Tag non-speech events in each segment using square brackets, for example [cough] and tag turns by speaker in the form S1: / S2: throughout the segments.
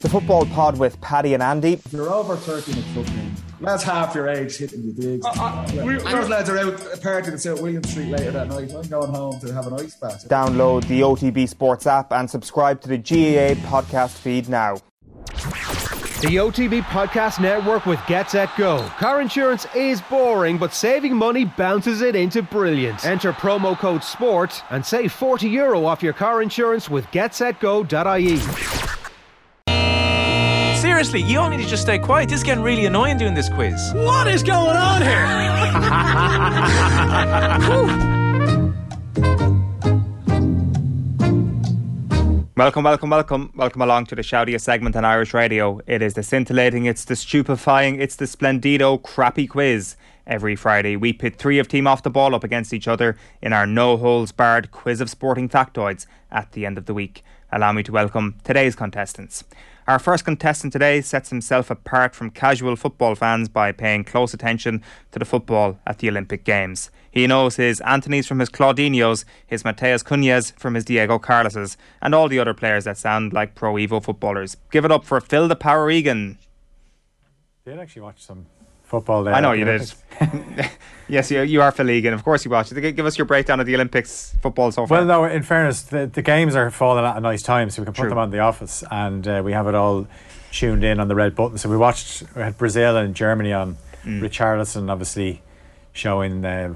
S1: The football pod with Paddy and Andy.
S2: If you're over 30 and fucking, that's half your age hitting the digs.
S3: we-
S2: Those lads are out partying at St. William Street later that night. I'm going home to have an ice bath.
S1: Download the OTB Sports app and subscribe to the GAA podcast feed now.
S4: The OTB Podcast Network with Gets It Go. Car insurance is boring, but saving money bounces it into brilliant. Enter promo code SPORT and save 40 euro off your car insurance with getsetgo.ie.
S5: Seriously, you all need to just stay quiet. This is getting really annoying doing this quiz.
S6: What is going on here?
S1: Welcome, welcome, welcome, welcome along to the shoutiest segment on Irish radio. It is the scintillating, it's the stupefying, it's the splendido crappy quiz. Every Friday, we pit three of Team Off the Ball up against each other in our no holes barred quiz of sporting factoids at the end of the week. Allow me to welcome today's contestants. Our first contestant today sets himself apart from casual football fans by paying close attention to the football at the Olympic Games. He knows his Anthony's from his Claudinho's, his Mateus Cunha's from his Diego Carlos's, and all the other players that sound like pro Evo footballers. Give it up for Phil the Power Egan.
S7: did actually watch some football there.
S1: I know
S7: at
S1: you
S7: the
S1: did.
S7: Olympics.
S1: [laughs] yes, you, you are Phil Egan. Of course you watched it. G- Give us your breakdown of the Olympics football so far.
S7: Well, no, in fairness, the, the games are falling at a nice time, so we can put
S1: True.
S7: them on the office and uh, we have it all tuned in on the red button. So we watched, we had Brazil and Germany on.
S1: Mm.
S7: Richarlison obviously showing uh,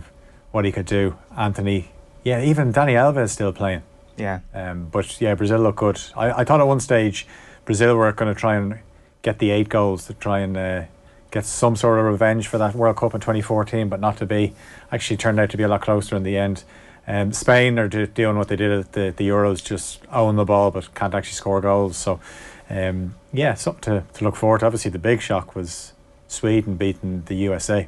S7: what he could do. Anthony, yeah, even Danny Alves is still playing.
S1: yeah.
S7: Um, but yeah, Brazil look good. I, I thought at one stage Brazil were going to try and get the eight goals to try and uh, get some sort of revenge for that World Cup in 2014, but not to be. Actually, turned out to be a lot closer in the end. Um, Spain are do, doing what they did at the, the Euros, just own the ball but can't actually score goals. So, um, yeah, something to, to look forward to. Obviously, the big shock was Sweden beating the USA.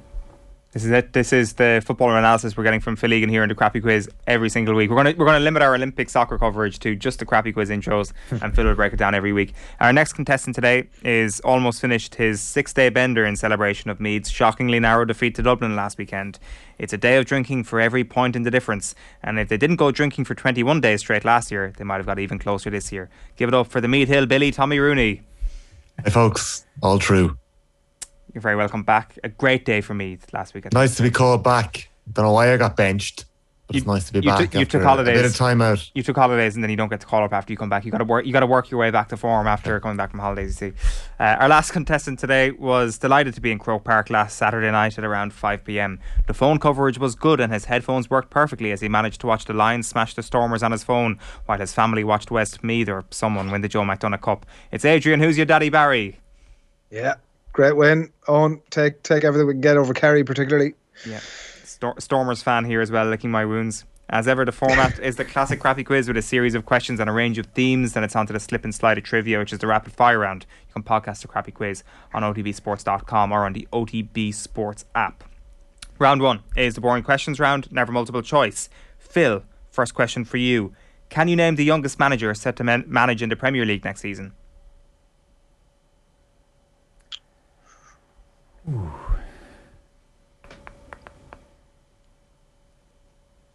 S1: This is it. This is the footballer analysis we're getting from Phil Egan here in the Crappy Quiz every single week. We're gonna we're gonna limit our Olympic soccer coverage to just the Crappy Quiz intros, and Phil will break it down every week. Our next contestant today is almost finished his six day bender in celebration of Mead's shockingly narrow defeat to Dublin last weekend. It's a day of drinking for every point in the difference, and if they didn't go drinking for 21 days straight last year, they might have got even closer this year. Give it up for the Mead Hill Billy Tommy Rooney.
S8: Hey, folks, all true.
S1: You're very welcome back. A great day for Meath last weekend.
S8: Nice to be called back. Don't know why I got benched, but it's
S1: You-
S8: nice to be
S1: you
S8: back.
S1: took- you
S8: after
S1: took holidays.
S8: A bit of time out.
S1: you took holidays and then you don't get to call up after you come back. You got to work. You got to work your way back to form after coming back from holidays. You see, uh, our last contestant today was delighted to be in Croke Park last Saturday night at around 5 p.m. The phone coverage was good and his headphones worked perfectly as he managed to watch the Lions smash the Stormers on his phone while his family watched Westmeath or someone win the Joe McDonough Cup. It's Adrian. Who's your daddy, Barry?
S9: Yeah, great win. Owen, take take everything we can get over Kerry, particularly.
S1: Yeah, Stor- Stormers fan here as well, licking my wounds. As ever, the format [laughs] is the classic crappy quiz with a series of questions and a range of themes. Then it's onto the slip and slide of trivia, which is the rapid fire round. You can podcast the crappy quiz on otbsports.com or on the OTB Sports app. Round one is the boring questions round, never multiple choice. Phil, first question for you. Can you name the youngest manager set to man- manage in the Premier League next season?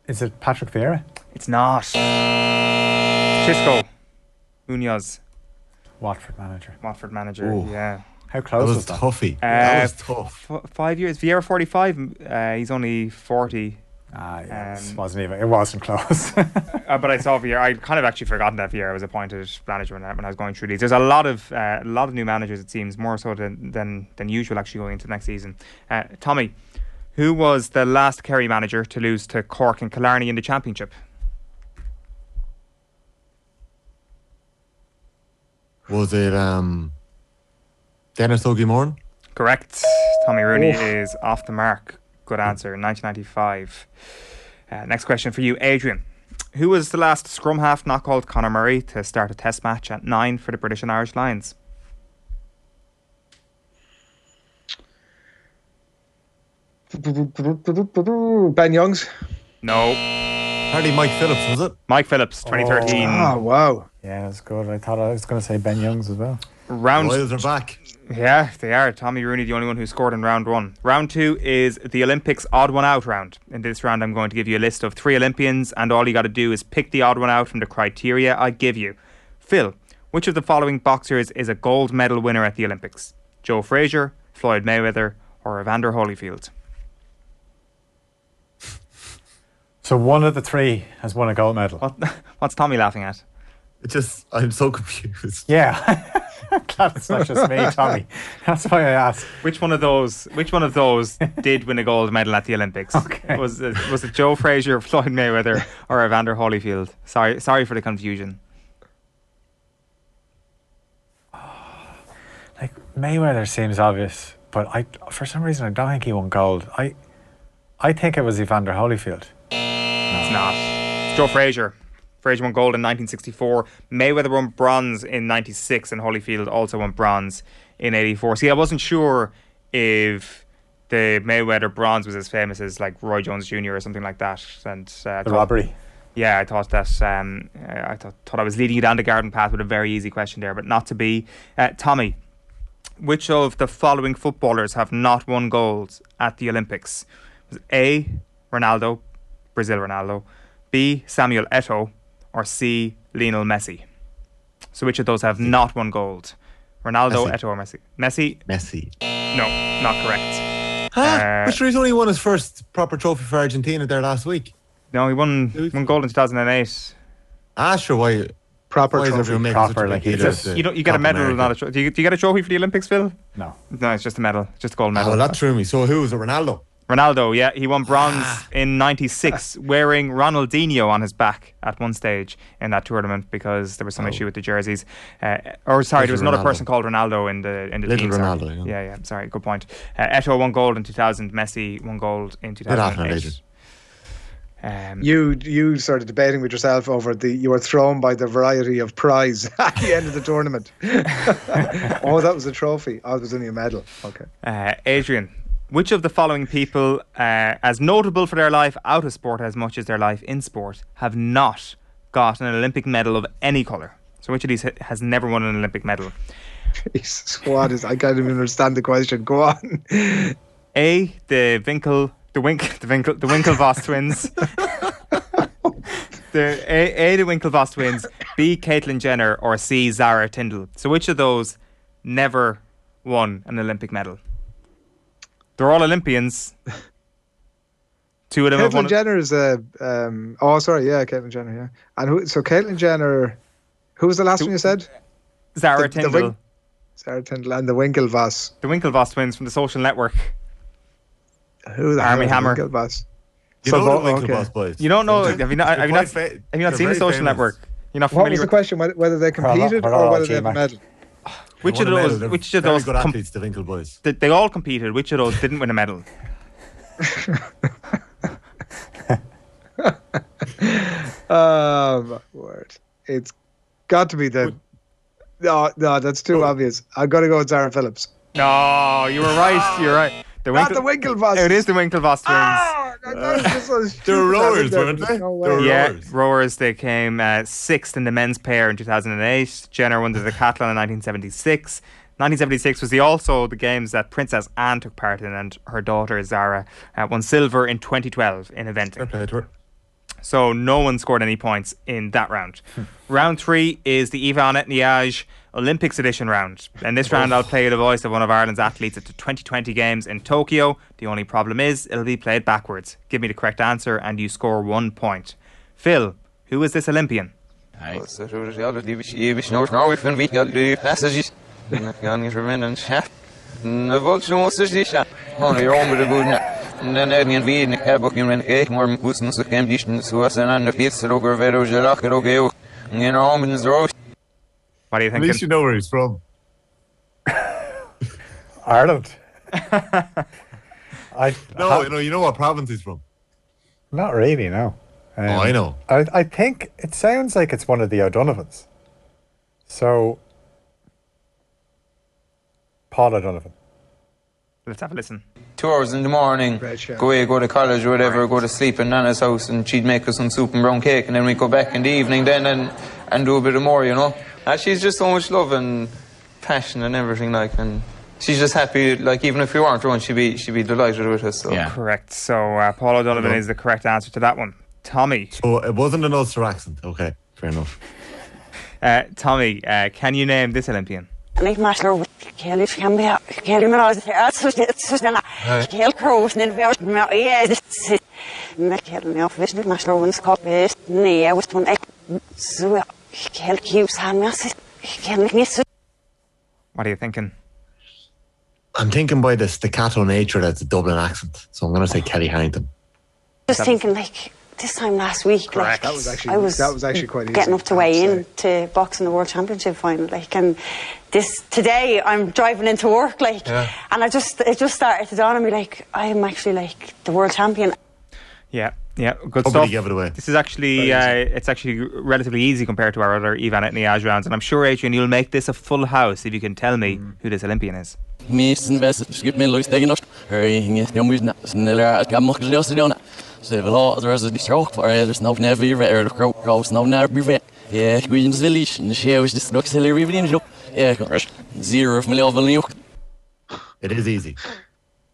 S7: Is it Patrick Vieira?
S1: It's not. Chisco, Munoz,
S7: Watford manager.
S1: Watford manager.
S8: Ooh.
S1: Yeah.
S7: How
S8: That
S7: close
S8: was,
S7: was that?
S1: Uh,
S8: toughy. that was
S1: f-
S8: tough.
S1: f- five years. Vieira 45. Uh, he's only 40.
S7: Ah, yeah, it
S1: Um,
S7: wasn't even. It wasn't close. [laughs]
S1: Uh, but I saw Vieira. I kind of actually forgotten that Vieira was appointed manager when I, when I was going through these. There's a lot of uh, a lot of new managers. It seems more so than than, than usual actually going into next season. Uh, Tommy, who was the last Kerry manager to lose to Cork and Killarney in the championship?
S8: Was it um, Dennis O'Gimorn?
S1: Correct. Tommy Rooney is off the mark. Good answer. 1995. Uh, next question for you, Adrian. Who was the last scrum half not called Conor Murray to start a test match at nine for the British and Irish Lions?
S9: Ben Youngs.
S1: No.
S8: Hardly Mike Phillips, was it?
S1: Mike Phillips, 2013.
S9: Oh wow.
S7: yeah, that's good. I thought I was going to say Ben Youngs as well.
S1: Round.
S8: Royals are back.
S1: Yeah, they are. Tommy Rooney, the only one who scored in round one. Round two is the Olympics odd one out round. In this round, I'm going to give you a list of three Olympians, and all you got to do is pick the odd one out from the criteria I give you. Phil, Which of the following boxers is a gold medal winner at the Olympics? Joe Frazier, Floyd Mayweather, or Evander Holyfield?
S7: So one of the three has won a gold medal.
S1: What, [laughs] what's Tommy laughing at?
S8: It just, I'm so [laughs] confused.
S7: Yeah. [laughs] Glad it's not just me, Tommy. That's why I asked.
S1: Which one of those? Which one of those [laughs] did win a gold medal at the Olympics?
S7: Okay.
S1: Was it, was it Joe Frazier, [laughs] Floyd Mayweather, or Evander Holyfield? Sorry, sorry for the confusion.
S7: Like Mayweather seems obvious, but I for some reason I don't think he won gold. I I think it was Evander Holyfield.
S1: It's not. It's Joe Frazier. Frazier won gold in 1964. Mayweather won bronze in 96, and Holyfield also won bronze in 84. See, I wasn't sure if the Mayweather bronze was as famous as like Roy Jones Jr. or something like that. And uh,
S7: The robbery.
S1: Yeah, I thought that um, uh, I thought, thought I was leading you down the garden path with a very easy question there, but not to be. Uh, Tommy, which of the following footballers have not won gold at the Olympics? Was it A. Ronaldo, Brazil Ronaldo, B. Samuel Eto, or C. Lionel Messi? So which of those have not won gold? Ronaldo,
S8: Messi.
S1: Eto, or Messi? Messi?
S8: Messi.
S1: No, not correct.
S8: Huh?
S1: Uh,
S8: But sure, he's only won his first proper trophy for Argentina there last week.
S1: No, he won won gold in 2008.
S8: Ah, sure, why,
S9: Proper
S8: why is
S9: trophy.
S8: everyone making
S7: Proper,
S8: such a
S7: like,
S8: big
S7: he
S8: deal
S7: just-
S8: out of
S1: You don't. You get a
S8: Copa
S1: medal,
S8: America?
S1: not a trophy. Do you, do you get a trophy for the Olympics, Phil?
S7: No.
S1: No, it's just a medal, just a gold
S8: Oh,
S1: medal.
S8: well, that threw me. So who was it, Ronaldo?
S1: Ronaldo, yeah, he won bronze
S8: Ah.
S1: in '96, wearing Ronaldinho on his back at one stage in that tournament because there was some issue with the jerseys. Uh, or sorry, there was
S8: Oh. Little
S1: another
S8: Ronaldo.
S1: person called Ronaldo in the in the
S8: Little
S1: team. sorry.
S8: Ronaldo,
S1: yeah,
S8: yeah.
S1: yeah. Sorry, good point. Uh, Eto won gold in 2000. Messi won gold in
S8: happened,
S1: 2008. Um,
S9: You you started debating with yourself over the you were thrown by the variety of prize [laughs] at the end of the tournament. [laughs] oh, that was a trophy. Oh, it was only a medal. Okay.
S1: Uh, Adrian, which of the following people, uh, as notable for their life out of sport as much as their life in sport, have not got an Olympic medal of any colour? So, which of these ha- has never won an Olympic medal?
S9: Jesus, what is? I can't even understand the question. Go on.
S8: [laughs]
S1: A. The Winkle, the Wink, [laughs] the Winkle, the Winklevoss twins. the A, A. The Winklevoss twins. B. Caitlyn Jenner, or C. Zara Tyndall. So, which of those never won an Olympic medal? They're all Olympians. Two of them have won.
S9: Caitlyn Jenner is a. Um, oh, sorry. Yeah, Caitlyn Jenner. Yeah. And who? So Caitlyn Jenner. Who was the last one you said?
S1: Zara
S9: The- the
S1: Tyndall, the,
S9: Wink- Sarah Tyndall and the Winklevoss.
S1: Winklevoss twins from the Social Network.
S9: Who the hell
S1: Armie
S9: are the
S1: Hammer.
S9: Winklevoss?
S8: You
S9: So
S8: know
S9: Bo-
S8: the Winklevoss
S9: okay.
S8: boys.
S1: You don't know? Have you not? Have you
S8: quite
S1: not,
S8: fa-
S1: have you not
S8: they're
S1: seen the
S8: very
S1: Social
S8: famous.
S1: Network? You're not
S9: What was
S1: familiar
S9: the
S1: with
S9: question? Whether- Whether they
S7: not-
S9: competed
S7: we're not
S9: or
S7: all
S9: whether they have a
S7: G-Mac.
S9: medal?
S8: They
S1: which of
S8: won a medal.
S1: those?
S8: They're
S1: Which of
S8: very
S1: those?
S8: good
S1: com-
S8: athletes, the Winkle boys?
S1: they, they all competed. Which of those didn't win a medal?
S9: Oh my word! It's got to be the. No, no, that's too obvious. I've got to go with Zara Phillips.
S1: No, you were right. You're right. The
S9: Not the Winklevoss.
S1: It is the Winklevoss twins.
S9: Ah, that- that was just so stupid. I
S8: rowers,
S9: think [laughs] there
S8: weren't
S9: was
S8: they?
S9: no
S8: They were
S9: way.
S1: yeah,
S8: rowers.
S1: rowers. They came uh, sixth in the men's pair in 2008. Jenner won the decathlon in 1976. 1976 was the also the games that Princess Anne took part in, and her daughter Zara uh, won silver in 2012 in eventing.
S8: Fair play to her.
S1: So no one scored any points in that round. round three is the Ivan Etniage Olympics edition round. And this round, I'll play the voice of one of Ireland's athletes at the 2020 Games in Tokyo. The only problem is it'll be played backwards. Give me the correct answer, and you score one point. Phil, who is this Olympian?
S10: Oh, er
S1: What do you
S8: At
S1: think?
S8: least you know where he's from.
S7: [laughs] Ireland. I
S8: No, you know, you know what province he's from.
S7: not really, no. Um,
S8: Oh, I know.
S7: I, I think it sounds like it's one of the O'Donovans. So Paul O'Donovan.
S1: Let's have a listen.
S3: two hours in the morning,
S9: Great show.
S3: go away, go to college or whatever, go to sleep in Nana's house, and she'd make us some soup and brown cake, and then we'd go back in the evening then and, and do a bit of more, you know. And she's just so much love and passion and everything like, and she's just happy. Like even if we weren't around, she'd be she'd be delighted with us. So. Yeah.
S1: Correct. So uh, Paul O'Donovan
S8: Hello.
S1: is the correct answer to that one. Tommy,
S8: Oh, it wasn't an Ulster accent. Okay, fair enough.
S1: Uh, Tommy, uh, can you name this Olympian?
S11: Mick Marshall Kelly can be Kelly Mars also Susanna Kel Crows and Vert Maria Michael Melfish Mick Marshall wins cup is near with one so Kel keeps on us Kel Nis
S1: What are you thinking?
S8: I'm thinking by the staccato nature that's a Dublin accent. So I'm going to say Kelly Harrington.
S11: just thinking like this time last week like,
S9: Correct. That was actually-
S11: I was
S9: that was actually quite easy,
S11: getting up to weigh in to box in the World Championship final like and this today I'm driving into work like and I just it just started to dawn on me like I am actually like the world champion
S1: Yeah, yeah, good
S8: Nobody
S1: stuff.
S8: gave it away.
S1: This is actually uh, it's actually relatively easy compared to our other Ivan and Niaj rounds, and I'm sure Adrian you'll make this a full house if you can tell me who this Olympian is.
S10: Misen vesset skip min lust egen norsk Her inget jag mutna Snälla att jag måste lösa det hona Så väl ha att rösa ditt råk För er snabb när vi rör Och kropp Kropp snabb när vi rör Jag gwyms väl ischen Tjeus det strax Eller vi vill inte Jag kan rösa Zero för mig av väl njok
S8: It is easy.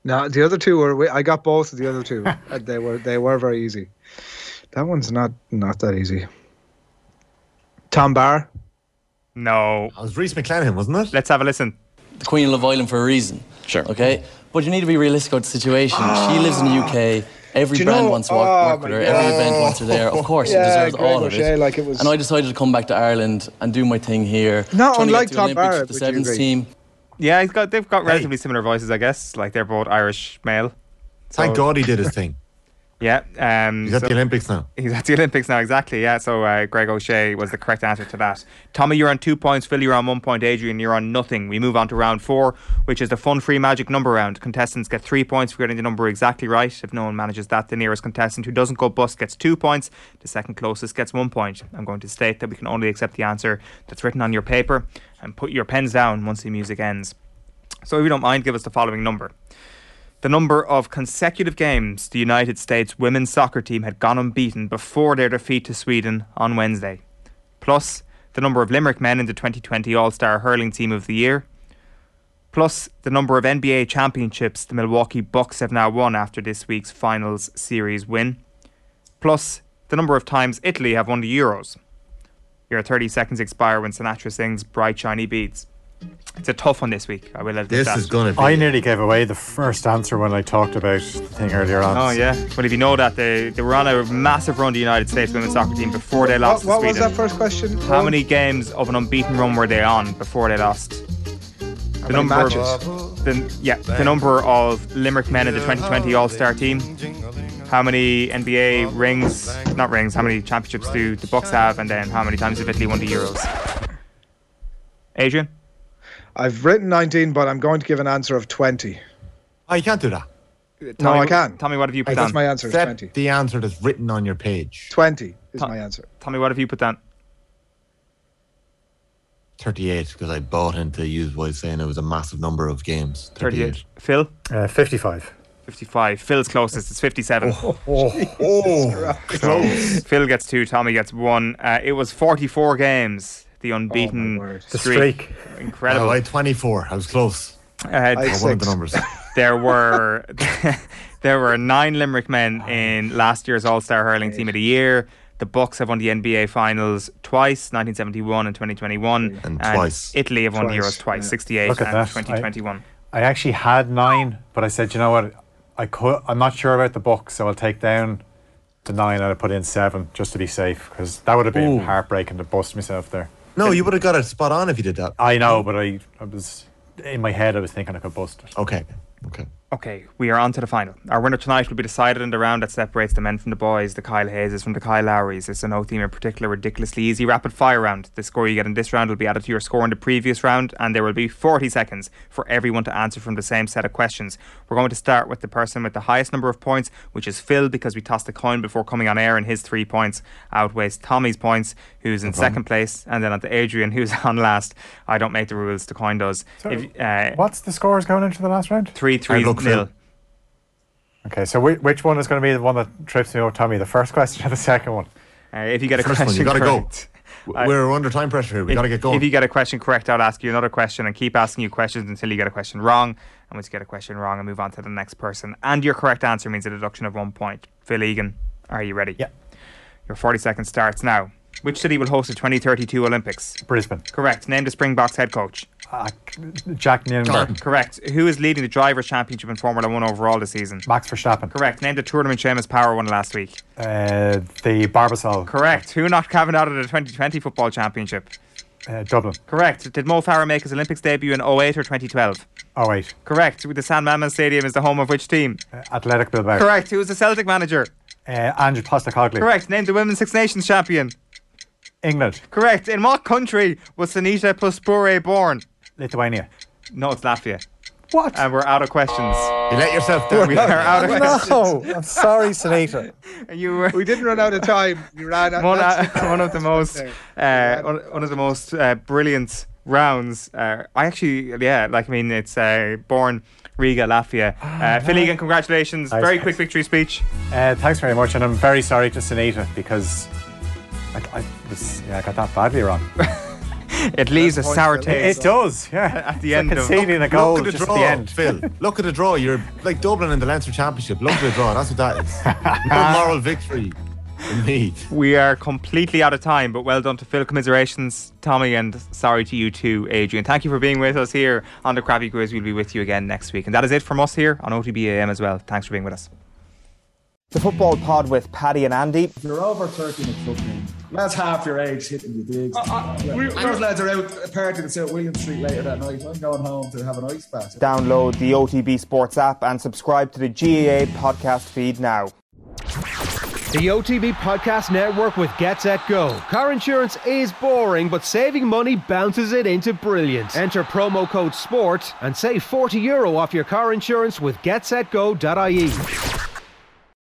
S9: No, the other two were. I got both of the other
S4: [laughs]
S9: two. Uh, they were they were very easy. That one's not not that easy. Tom Barr.
S1: No,
S8: It was Reese McClanahan, wasn't it?
S1: let's have a listen.
S10: The Queen of Ireland for a reason
S12: Sure.
S10: Okay But you need to be realistic about the situation She lives in the UK
S9: Ah.
S10: Every
S9: Do you
S10: brand
S9: know-
S10: wants to work,
S9: Oh,
S10: work with
S9: my
S10: her. Every
S9: God.
S10: event wants her there. Of course,
S9: Yeah,
S10: she deserves
S9: Greg
S10: all of
S9: O'Shea,
S10: it.
S9: like it was-
S10: And I decided to come back to Ireland and do my thing here.
S9: Not
S10: Trying to get
S9: unlike
S10: to
S9: Tom
S10: Olympics with
S9: Barrett,
S10: the
S9: would you
S10: sevens
S9: agree?
S10: team.
S1: Yeah, he's got they've got
S8: Hey.
S1: relatively similar voices, I guess. Like they're both Irish male.
S8: Thank God he did his thing.
S1: Yeah, um,
S8: He's at
S1: so-
S8: the Olympics now.
S1: He's at the Olympics now, exactly. Yeah, so uh, Greg O'Shea was the correct answer to that. Tommy, you're on two points. Phil, you're on one point. Adrian, you're on nothing. We move on to round four, which is the fun free magic number round. Contestants get three points for getting the number exactly right. If no one manages that, the nearest contestant who doesn't go bust gets two points. The second closest gets one point. I'm going to state that we can only accept the answer that's written on your paper and put your pens down once the music ends. So if you don't mind, give us the following number. The number of consecutive games the United States women's soccer team had gone unbeaten before their defeat to Sweden on Wednesday, plus the number of Limerick men in the 2020 All Star Hurling Team of the Year, plus the number of NBA championships the Milwaukee Bucks have now won after this week's finals series win, plus the number of times Italy have won the Euros. Your 30 seconds expire when Sinatra sings Bright Shiny Beads. It's a tough one this week. I will admit
S8: This
S1: that.
S8: is going to be.
S7: I nearly gave away the first answer when I talked about the thing earlier on.
S1: Oh yeah. Well, if you know that they they were on a massive run, the United States women's soccer team before they
S9: What,
S1: lost
S9: what
S1: to
S9: was
S1: Sweden.
S9: that first question?
S1: How many games of an unbeaten run were they on before they lost? The
S9: many
S1: number of-
S9: matches?
S1: the, yeah, the number of Limerick men in the 2020 All-Star team. How many NBA rings? Not rings. How many championships do the Bucks have? And then how many times have Italy won the Euros? Adrian,
S9: I've written 19, but I'm going to give an answer of 20.
S8: I can't do that.
S1: Tommy,
S9: I can't.
S1: Tommy, what have you put
S9: That's
S1: down?
S9: my uh, answer. is
S8: Accept
S9: 20.
S8: the answer that's written on your page.
S9: 20 is
S1: Tom-
S9: my answer.
S1: Tommy, what have you put down?
S8: 38, because I bought into use by saying it was a massive number of games. 38.
S1: 38. Phil,
S7: Uh, 55.
S1: 55. Phil's closest. It's 57.
S7: Oh,
S8: Oh,
S1: [laughs]
S8: close.
S1: Phil gets two, Tommy gets one. Uh, it was 44 games, the unbeaten
S9: Oh, word.
S7: The
S1: streak.
S7: streak.
S8: Oh,
S1: Incredible.
S8: I had 24. I was close.
S1: Uh,
S8: I wanted the
S9: Six.
S8: numbers.
S1: there were [laughs] there were nine Limerick
S9: Oh,
S1: men in last year's All Star Hurling Team of the Year. The Bucks have won the NBA Finals twice, 1971 and 2021,
S8: And twice.
S1: Italy have won the
S9: Twice,
S1: Euros twice,
S9: yeah.
S1: 68 and
S7: Look at that. I-
S1: 2021.
S7: I actually had nine, but I said, you know what? I could, I'm not sure about the book, so I'll take down the nine and I put in seven just to be safe because that would have been heartbreaking to bust myself there.
S8: No, you would have got it spot on if you did that. Ah,
S7: I know, but I, I was in my head. I was thinking I could bust it.
S8: Okay. Okay.
S1: Okay, we are on to the final. Our winner tonight will be decided in the round that separates the men from the boys, the Kyle Hayeses from the Kyle Lowrys. It's an O theme in particular, ridiculously easy rapid fire round. The score you get in this round will be added to your score in the previous round, and there will be 40 seconds for everyone to answer from the same set of questions. We're going to start with the person with the highest number of points, which is Phil, because we tossed a coin before coming on air, and his three points outweighs Tommy's points, who's in second place, and then on to Adrian, who's [laughs] on last. I don't make the rules, the coin does. If- uh,
S7: What's the scores going into the last round?
S1: 3 3
S8: I look, Phil.
S1: nil.
S7: Okay, so whi which one is going to be the one that trips me up, Tommy? The first question or the second one?
S1: Uh, if you get a
S8: First
S1: question
S8: one, you got to go.
S1: correct, uh,
S8: W- We're under time pressure here. we
S1: if-
S8: got to get going.
S1: If you get a question correct, I'll ask you another question and keep asking you questions until you get a question wrong. And once you get a question wrong, I move on to the next person. And your correct answer means a deduction of one point. Phil Egan, are you ready?
S7: Yeah.
S1: Your 40 seconds starts now. Which city will host the 2032 Olympics?
S7: Brisbane.
S1: Correct. Name the Springboks head coach.
S7: Jack Nienberg.
S1: Correct. Who is leading the Drivers' Championship in Formula One overall this season?
S7: Max Verstappen.
S1: Correct. Name the tournament Seamus Power won last week.
S7: Uh, the Barbasol.
S1: Correct. Who knocked Cavan out of the 2020 Football Championship?
S7: Uh, Dublin.
S1: Correct. Did Mo Farah make his Olympics debut in 08 or 2012?
S7: 08.
S1: Correct. The San Mamman Stadium is the home of which team?
S7: Uh, Athletic Bilbao.
S1: Correct. Who is the Celtic manager?
S7: Uh, Andrew Postacoglu.
S1: Correct. Name the Women's Six Nations champion.
S7: England.
S1: Correct. In what country was Sanita Pluspure born?
S7: Lithuania.
S1: No, it's Latvia.
S7: What?
S1: And we're out of questions.
S8: You let yourself
S7: [laughs]
S8: down. [laughs]
S1: We are out of
S7: No,
S1: questions.
S7: I'm sorry, Sanita.
S1: You were
S9: We didn't run out of time. You ran
S1: [laughs]
S9: out.
S1: one,
S9: that's- [laughs]
S1: uh, one of the
S7: [laughs]
S1: most
S9: Okay.
S1: uh, one, one of the most uh, brilliant rounds. Uh, I actually, yeah, like I mean, it's uh, born Riga, Latvia. Uh, Phil Egan, congratulations!
S7: Ah, Nice.
S1: Very quick victory speech.
S7: Uh, thanks very much, and I'm very sorry to Sanita because I, I, was, yeah, I got that
S1: [laughs]
S7: badly wrong.
S1: It leaves a
S9: point,
S1: sour
S9: Phil.
S1: taste.
S7: It does, yeah.
S1: At the
S7: It's like
S1: end of-
S7: conceding a
S1: Look-
S7: goal
S8: Look at
S7: just
S8: the
S7: at
S8: draw,
S7: the end.
S8: Phil. Look at the draw. You're like Dublin in the Leinster Championship. Look at the draw. That's what
S1: [laughs]
S8: that is. No moral victory in me.
S1: We are completely out of time, but well done to Phil. Commiserations, Tommy, and sorry to you too, Adrian. Thank you for being with us here on the Crappy Quiz. We'll be with you again next week. And that is it from us here on OTB AM as well. Thanks for being with us. The Football Pod with Paddy and Andy.
S2: If you're over 30 in football, lads half your age hitting you digs.
S6: we-
S2: Those lads are out partying in South William Street later that night. I'm going home to have an ice bath.
S1: Download the OTB Sports app and subscribe to the GAA podcast feed now.
S4: The OTB Podcast Network with Get Set Go. Car insurance is boring, but saving money bounces it into brilliance. Enter promo code SPORT and save 40 euro off your car insurance with getsetgo.ie.